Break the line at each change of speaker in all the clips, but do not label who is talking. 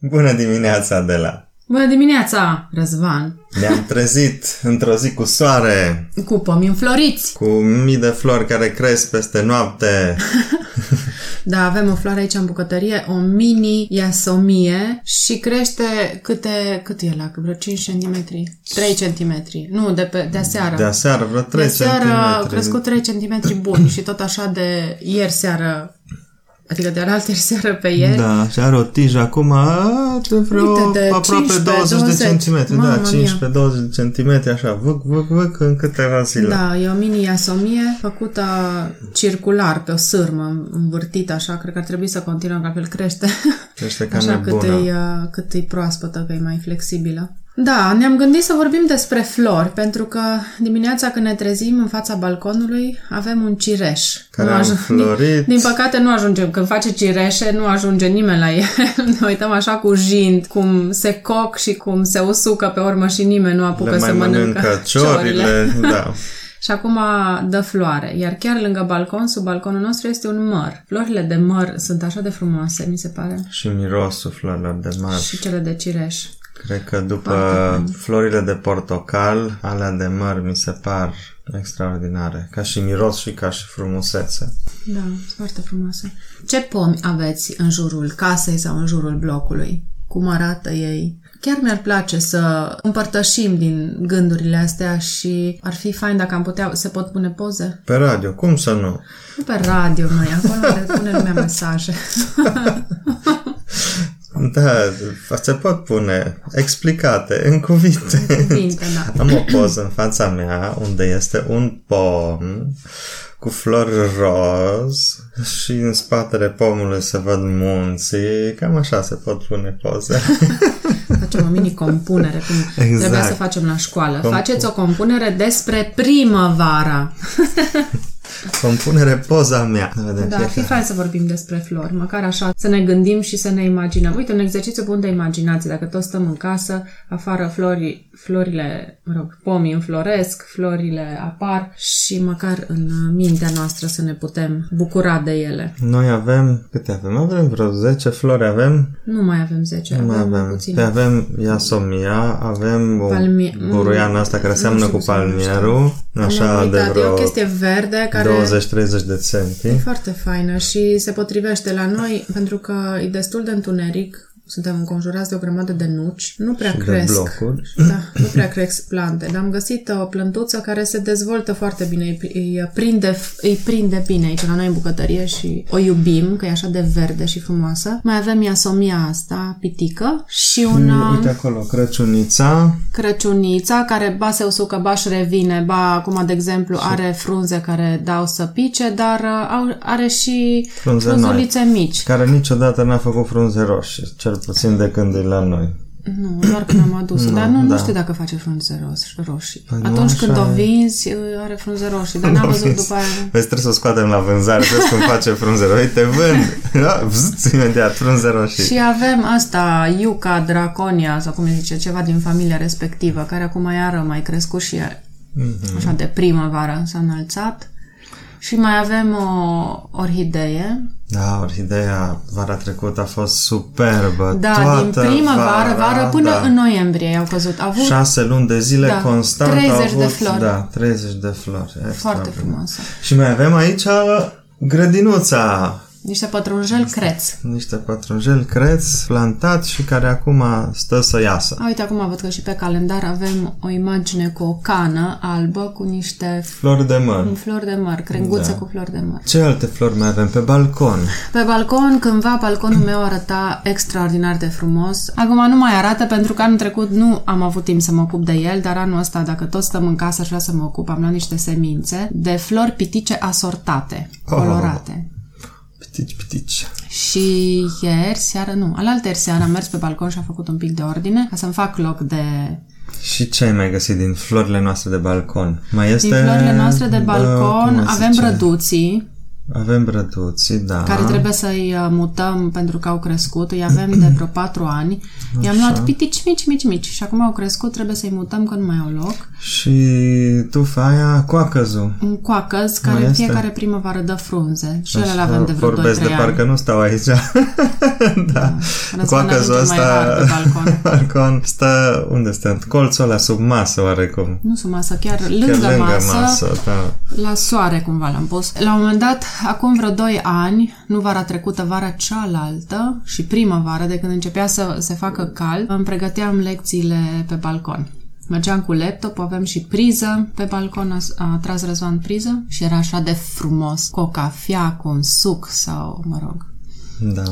Bună dimineața, Adela!
Bună dimineața, Răzvan!
Ne-am trezit într-o zi cu soare,
Cu pomi înfloriți!
cu mii de flori care cresc peste noapte.
Da, avem o floare aici în bucătărie, o mini iasomie și crește câte... cât e la? Vreo 5 cm? 3 cm. Nu, de pe, de seară.
De seară vreo 3
seară a
centimetri.
crescut 3 cm buni și tot așa de ieri seară, adică de altă seară pe ieri.
Da, și are o tijă acum a, de vreo
Uite, de
aproape
15,
20, de
20.
centimetri.
Mamă
da,
mia.
15-20 de centimetri, așa, vâc, vâc, vâc, în câteva zile.
Da, e o mini iasomie făcută circular pe o sârmă învârtită așa, cred că ar trebui să continuăm, că altfel crește.
Crește ca
Așa cât
nebună.
e, uh, cât e proaspătă, că e mai flexibilă. Da, ne-am gândit să vorbim despre flori, pentru că dimineața când ne trezim în fața balconului, avem un cireș.
Care
Nu
a
ajung-
înflorit.
Din, din păcate nu ajungem. Când face cireșe, nu ajunge nimeni la el. Ne uităm așa cu jind, cum se coc și cum se usucă pe urmă și nimeni nu apucă
Le
să
mai mănâncă ciorile, da.
și acum dă floare, iar chiar lângă balcon, sub balconul nostru, este un măr. Florile de măr sunt așa de frumoase, mi se pare.
Și mirosul florilor de mare.
Și cele de cireș.
Cred că după florile de portocal, alea de măr mi se par extraordinare, ca și miros și ca și frumusețe.
Da, sunt foarte frumoase. Ce pomi aveți în jurul casei sau în jurul blocului? Cum arată ei? Chiar mi-ar place să împărtășim din gândurile astea și ar fi fain dacă am putea... Se pot pune poze?
Pe radio, cum să nu?
Nu pe radio, noi, acolo le pune lumea mesaje.
Da, se pot pune explicate în cuvinte.
Cuvinte, da.
Am o poză în fața mea unde este un pom cu flori roz și în spatele pomului se văd munții. Cam așa se pot pune poze.
Facem o mini-compunere, cum
Exact.
exact. trebuia să facem la școală. Faceți o compunere despre primăvara.
Compunere poza mea. Să vedem
Da, ar fi
fiecare.
fain să vorbim despre flori, măcar așa, să ne gândim și să ne imaginăm. Uite, un exercițiu bun de imaginație, dacă toți stăm în casă, afară flori, florile, mă rog, pomii înfloresc, florile apar și măcar în uh, mintea noastră să ne putem bucura de ele.
Noi avem, câte avem? Avem vreo 10 flori, avem?
Nu mai avem 10,
Nu
avem,
mai avem. Pe
puține.
avem iasomia, avem o
Palmie-
buruiană asta care seamănă
știu
cu
cum se numește.
palmierul, așa
Am
de
uitat, E o
vreo
chestie verde care...
20-30 de
E
centi.
foarte faină și se potrivește la noi pentru că e destul de întuneric. Suntem înconjurați de o grămadă de nuci. Nu prea
Și de
cresc.
blocuri.
Da, nu prea cresc plante. Dar am găsit uh, o plântuță care se dezvoltă foarte bine. Îi, îi, prinde, îi prinde bine aici la noi în bucătărie și o iubim, că e așa de verde și frumoasă. Mai avem iasomia asta, pitică, și un... um,
Mm, Uite acolo, Crăciunița,
Crăciunița, care ba se usucă, ba își revine, ba acum, de exemplu, are frunze care dau să pice, dar uh, au- are și
Frunze
frunzulițe mici.
care niciodată n-a făcut frunze roșii, cel puțin de când e la noi.
Nu, doar când am adus. dar nu,
da. Păi
nu știu dacă face frunze ro- roșii.
nu,
Atunci când
așa
o
e.
vinzi, uh, are frunze roșii, dar n-am văzut după aia.
Vezi, trebuie să o scoatem la vânzare, vezi cum face frunze roșii, te vând! Da, vzz, imediat, frunze roșii.
Și avem asta, Iuca Draconia, sau cum se zice, ceva din familia respectivă, care acum iară mai crescut și e
Mhm.
așa de primăvară s-a înălțat. Și mai avem o orhidee,
Da, orhideea vara trecută a fost superbă.
Da,
Toată
din primăvară,
vara,
vară până
da.
în noiembrie au căzut. Au avut
Șase luni de zile
Da,
constant
30
au
de
avut,
flori.
Da, 30 de flori.
foarte
Extraordinar.
frumoasă.
Și mai avem aici uh, grădinuța.
Niște pătrunjel creț.
Niște pătrunjel creț plantat și care acum stă să iasă.
A, uite, acum văd că și pe calendar avem o imagine cu o cană albă cu niște
Flori de măr.
flori de măr,
Da.
crenguță cu flori de măr.
Ce alte flori mai avem pe balcon?
Pe balcon, cândva, balconul meu arăta extraordinar de frumos. Acum nu mai arată pentru că anul trecut nu am avut timp să mă ocup de el, dar anul ăsta, dacă tot stăm în casă, aș vrea să mă ocup. Am luat niște semințe de flori pitice asortate,
Oh.
colorate.
Pitici, pitici.
Și ieri seară, nu, alaltăieri seară am mers pe balcon și am făcut un pic de ordine ca să-mi fac loc de...
Și ce ai mai găsit din florile noastre de balcon? Mai este...
Din florile noastre de
bă, cum
balcon
îi
avem
zice?
brăduții,
Avem brăduții, da.
care trebuie să-i uh, mutăm pentru că au crescut. Îi avem de vreo patru ani. I-am
Așa.
luat pitici mici, mici, mici și acum au crescut, trebuie să-i mutăm când mai au loc.
Și tufa aia coacăzu.
Un coacăz care
Mai
în
este?
fiecare primăvară dă frunze și el îl avem de vreo 2-3
Vorbesc de
ani.
parcă nu stau aici. da.
Răzvan
Coacăzul
ajunge mai
ăsta
rar pe balcon.
balcon stă, unde stă? În colțul ăla sub masă oarecum.
Nu sub masă, chiar
Chiar
lângă,
lângă
masă,
masă da.
la soare cumva l-am pus. La un moment dat, acum vreo 2 ani, nu vara trecută, vara cealaltă și primăvară, de când începea să se facă cald, îmi pregăteam lecțiile pe balcon. Mergeam cu laptop, aveam și priză pe balcon, a, a tras Răzvan priză și era așa de frumos, cu o cafea, cu un suc sau, mă rog,
da.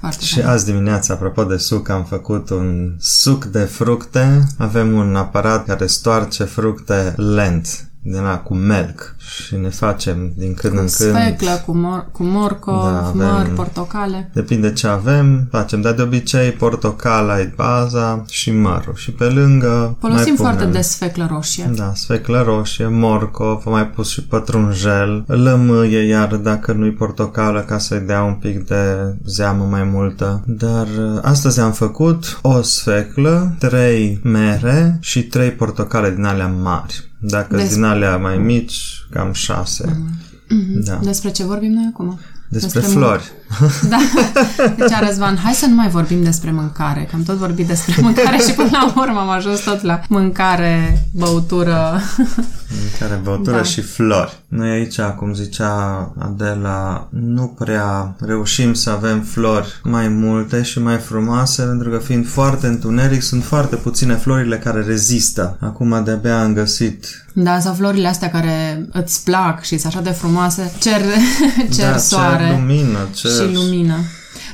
foarte
Și azi dimineața, apropo de suc, am făcut un suc de fructe. Avem un aparat care stoarce fructe lent, din la cu melc. Și ne facem din când în când.
Speclă cu, mor- cu morcov,
Da,
da,
avem-
măr, portocale.
Depinde ce avem, facem, dar de obicei portocala e baza și mărul. Și pe lângă
Folosim
mai punem.
foarte des sfeclă roșie.
Da, sfeclă roșie, morcov, am mai pus și pătrunjel, lămâie iar dacă nu-i portocală ca să-i dea un pic de zeamă mai multă. Dar uh, astăzi am făcut o sfeclă, trei mere și trei portocale din alea mari. Dacă
Despre-
din alea mai mici, cam șase.
Mhm.
Da.
Despre ce vorbim noi acum?
Despre,
Despre
flori.
Da. Deci, Răzvan, hai să nu mai vorbim despre mâncare, că am tot vorbit despre mâncare și până la urmă am ajuns tot la mâncare, băutură.
Care băutură
Da.
și flori. Noi aici, cum zicea Adela, nu prea reușim să avem flori mai multe și mai frumoase, pentru că fiind foarte întuneric, sunt foarte puține florile care rezistă. Acum de-abia am găsit
Da, sau florile astea care îți plac și sunt așa de frumoase, cer, cer
da,
soare
cer lumină, cer... Da.
și lumină.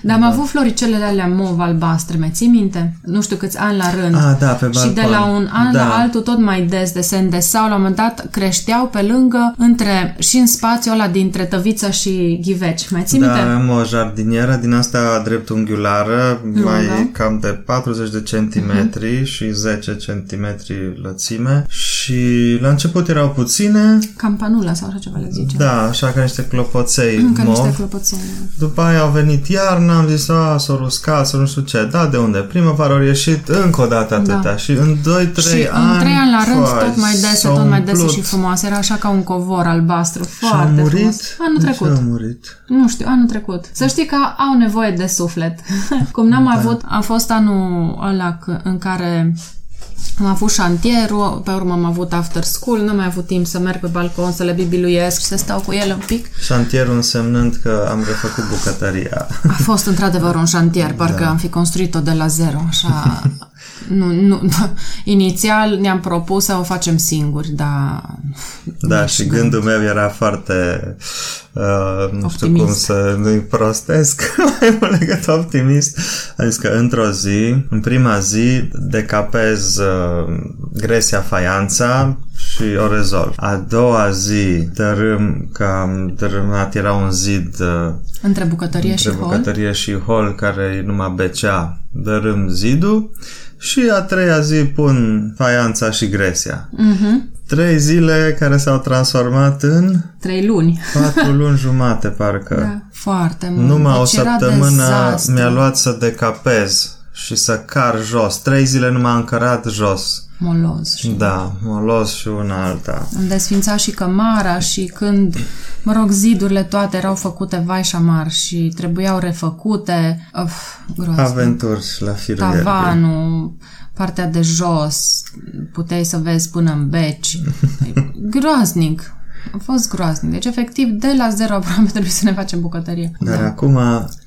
Dar am avut floricelele alea mov albastre, mai ții minte? Nu știu câți ani la rând.
Ah, da, pe balcon.
Și de la un an
da.
la altul tot mai des de se îndesau, la un moment dat creșteau pe lângă, între și în spațiul ăla dintre tăviță și ghiveci. Mai ții minte?
Da, am o jardinieră din asta dreptunghiulară, mai
da. Mhm.
cam de 40 de centimetri și 10 centimetri lățime și la început erau puține,
Campanula sau așa ceva le zice.
Da, așa ca niște clopoței
Mm, Ca
mov.
niște clopoței.
După aia au venit iarna, am zis, a, s-o ruscat, s-o nu știu ce. Da, de unde? Primăvară au ieșit încă o dată atâta.
Da.
Și în 2-3 ani...
Și în trei ani la rând,
foi,
tot mai dese,
s-au
tot mai dese
umplut.
și frumoase. Era așa ca un covor albastru.
Și au
Foarte
murit.
frumos. Anul
De ce
trecut.
au murit.
Nu știu, anul trecut. Să știi că au nevoie de suflet. Cum n-am
Da.
avut, a fost anul ăla c- în care am avut șantierul, pe urmă am avut after school, n-am mai avut timp să merg pe balcon, să le bibiluiesc și să stau cu el un pic.
Șantierul însemnând că am refăcut bucătăria.
A fost într-adevăr un șantier,
Da.
parcă am fi construit-o de la zero, așa. Nu, nu, inițial ne-am propus să o facem singuri, dar
Da, și gândul meu era foarte, uh, nu știu
Optimist.
cum să nu-i prostesc, mai mult decât optimist. Adică într-o zi, în prima zi, decapez uh, gresia faianța și o rezolv. A doua zi dărâm, că am dărâmat, era un zid uh,
între bucătărie și
între
hol.
bucătărie și hol care e numai becea, dărâm zidul și a treia zi pun faianța și gresia.
Mhm.
Trei zile care s-au transformat în
Trei luni.
patru luni jumate, parcă.
Da. Foarte mult.
Numai o
Deci era
săptămână
dezastru.
mi-a luat să decapez și să car jos. Trei zile nu m-am încărat jos.
Moloz. Și
Da, mă los și una alta.
Îmi desfința și cămara și când, mă rog, zidurile toate erau făcute vai și amar și trebuiau refăcute. Of, gros.
Aventuri la firul ierbii.
tavanul, partea de jos, puteai să vezi până în beci. Groaznic. A fost groaznic. Deci, efectiv, de la zero aproape trebuie să ne facem bucătărie.
Dar acum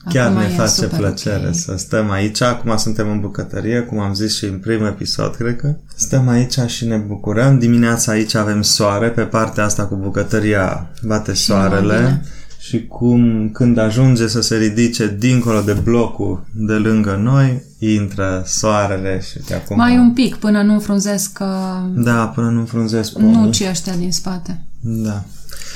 chiar
Acum
ne
e
face
super
plăcere
ok.
să stăm aici. Acum suntem în bucătărie, cum am zis și în primul episod, cred că. Stăm aici și ne bucurăm. Dimineața aici avem soare, pe partea asta cu bucătăria bate soarele.
bine.
Și cum când ajunge să se ridice dincolo de blocul de lângă noi, intră soarele și de acum...
Mai un pic până nu înfrunzesc uh,
Da, până nu frunzesc pomul.
nucii ăștia din spate.
Da.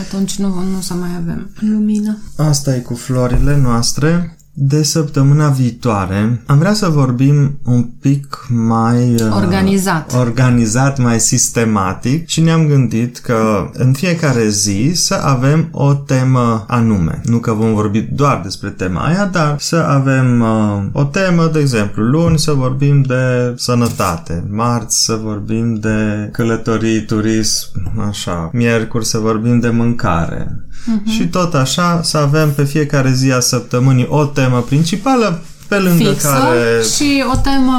Atunci nu, nu o să mai avem lumină.
Asta e cu florile noastre. de săptămâna viitoare am vrea să vorbim un pic mai uh,
Organizat.
organizat, mai sistematic și ne-am gândit că în fiecare zi să avem o temă anume. Nu că vom vorbi doar despre tema aia, dar să avem uh, o temă, de exemplu, luni să vorbim de sănătate, marți să vorbim de călătorii, turism, așa, miercuri să vorbim de mâncare.
Mhm.
Și tot așa să avem pe fiecare zi a săptămânii o temă principală pe lângă
fixă
care
și o temă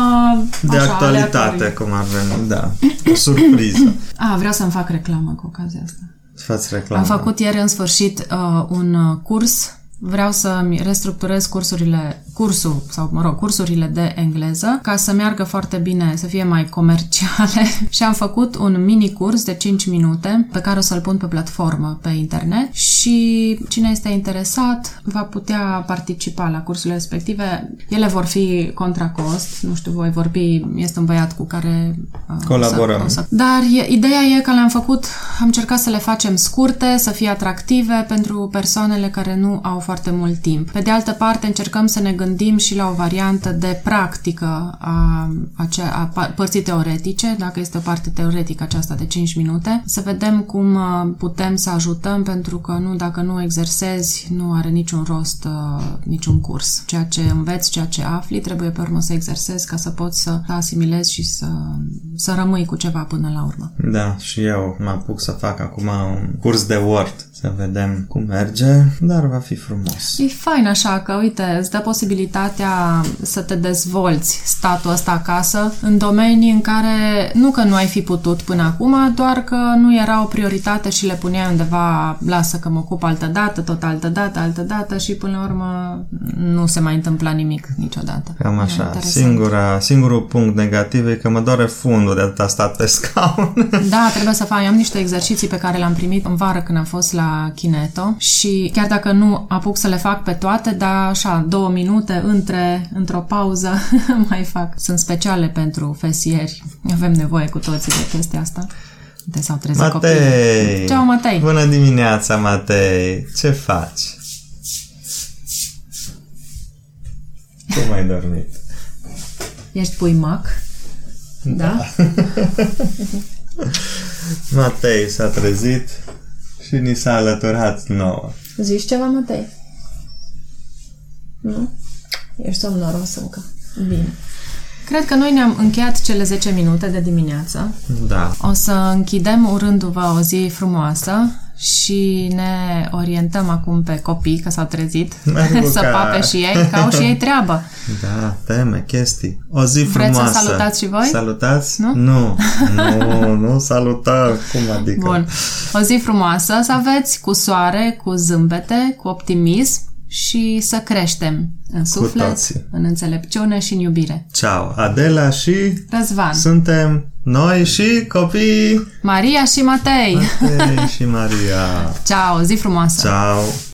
de
așa,
actualitate,
aleatorie.
cum ar veni, da. O surpriză.
A, vreau să-mi fac reclamă cu ocazia asta.
Fați reclamă.
Am făcut ieri în sfârșit uh, un uh, curs. Vreau să-mi restructurez cursurile, cursul, sau mă rog, cursurile de engleză ca să meargă foarte bine, să fie mai comerciale și am făcut un mini curs de 5 minute pe care o să-l pun pe platformă pe internet și cine este interesat va putea participa la cursurile respective. Ele vor fi contra cost, nu știu, voi vorbi, este un băiat cu care uh,
Colaborăm.
o să- să- Dar e, ideea e că le-am făcut, am încercat să le facem scurte, să fie atractive pentru persoanele care nu au foarte mult timp. Pe de altă parte, încercăm să ne gândim și la o variantă de practică a, a, ce- a pa- părții teoretice, dacă este o parte teoretică aceasta de 5 minute, să vedem cum uh, putem să ajutăm, pentru că nu, dacă nu exersezi, nu are niciun rost uh, niciun curs. Ceea ce înveți, ceea ce afli, trebuie pe urmă să exersezi ca să poți să te asimilezi și să, să rămâi cu ceva până la urmă.
Da, și eu mă apuc să fac acum un curs de Word, să vedem cum merge, dar va fi frumos.
E fain așa că, uite, îți dă posibilitatea să te dezvolți statul ăsta acasă în domenii în care nu că nu ai fi putut până acum, doar că nu era o prioritate și le puneai undeva, lasă că mă ocup altă dată, tot altă dată, altă dată și până la urmă nu se mai întâmpla nimic niciodată.
Cam
E
așa.
interesant.
Singura, singurul punct negativ e că mă doare fundul de atât stat pe scaun.
Da, trebuie să fac. Eu am niște exerciții pe care le-am primit în vară când am fost la Kineto și chiar dacă nu apuc să le fac pe toate, dar așa, două minute între, într-o pauză mai fac. Sunt speciale pentru fesieri. Avem nevoie cu toții de chestia asta. Te s-au trezit copiii.
Matei!
Ceau, Matei!
Bună dimineața, Matei! Ce faci? Cum ai dormit?
Ești puimac? Da?
Matei s-a trezit și ni s-a alăturat nouă.
Zici ceva, Matei? Nu? Ești somnoros încă. Bine.
Cred că noi ne-am încheiat cele 10 minute de dimineață.
Da.
O să închidem urându-vă o zi frumoasă și ne orientăm acum pe copii, că s-au trezit,
Mergu
să
ca-
pape și ei, că au și ei treabă.
Da, teme, chestii. O zi
Vreți să
frumoasă.
salutați și voi?
Salutați?
Nu?
Nu, nu, nu salutăm. Cum adică?
Bun. O zi frumoasă să aveți, cu soare, cu zâmbete, cu optimism și să creștem în suflet,
toții.
în înțelepciune și în iubire.
Ceau, Adela și
Răzvan,
suntem noi și copii
Maria și Matei!
Matei și Maria.
Ceau, zi frumoasă!
Ciao.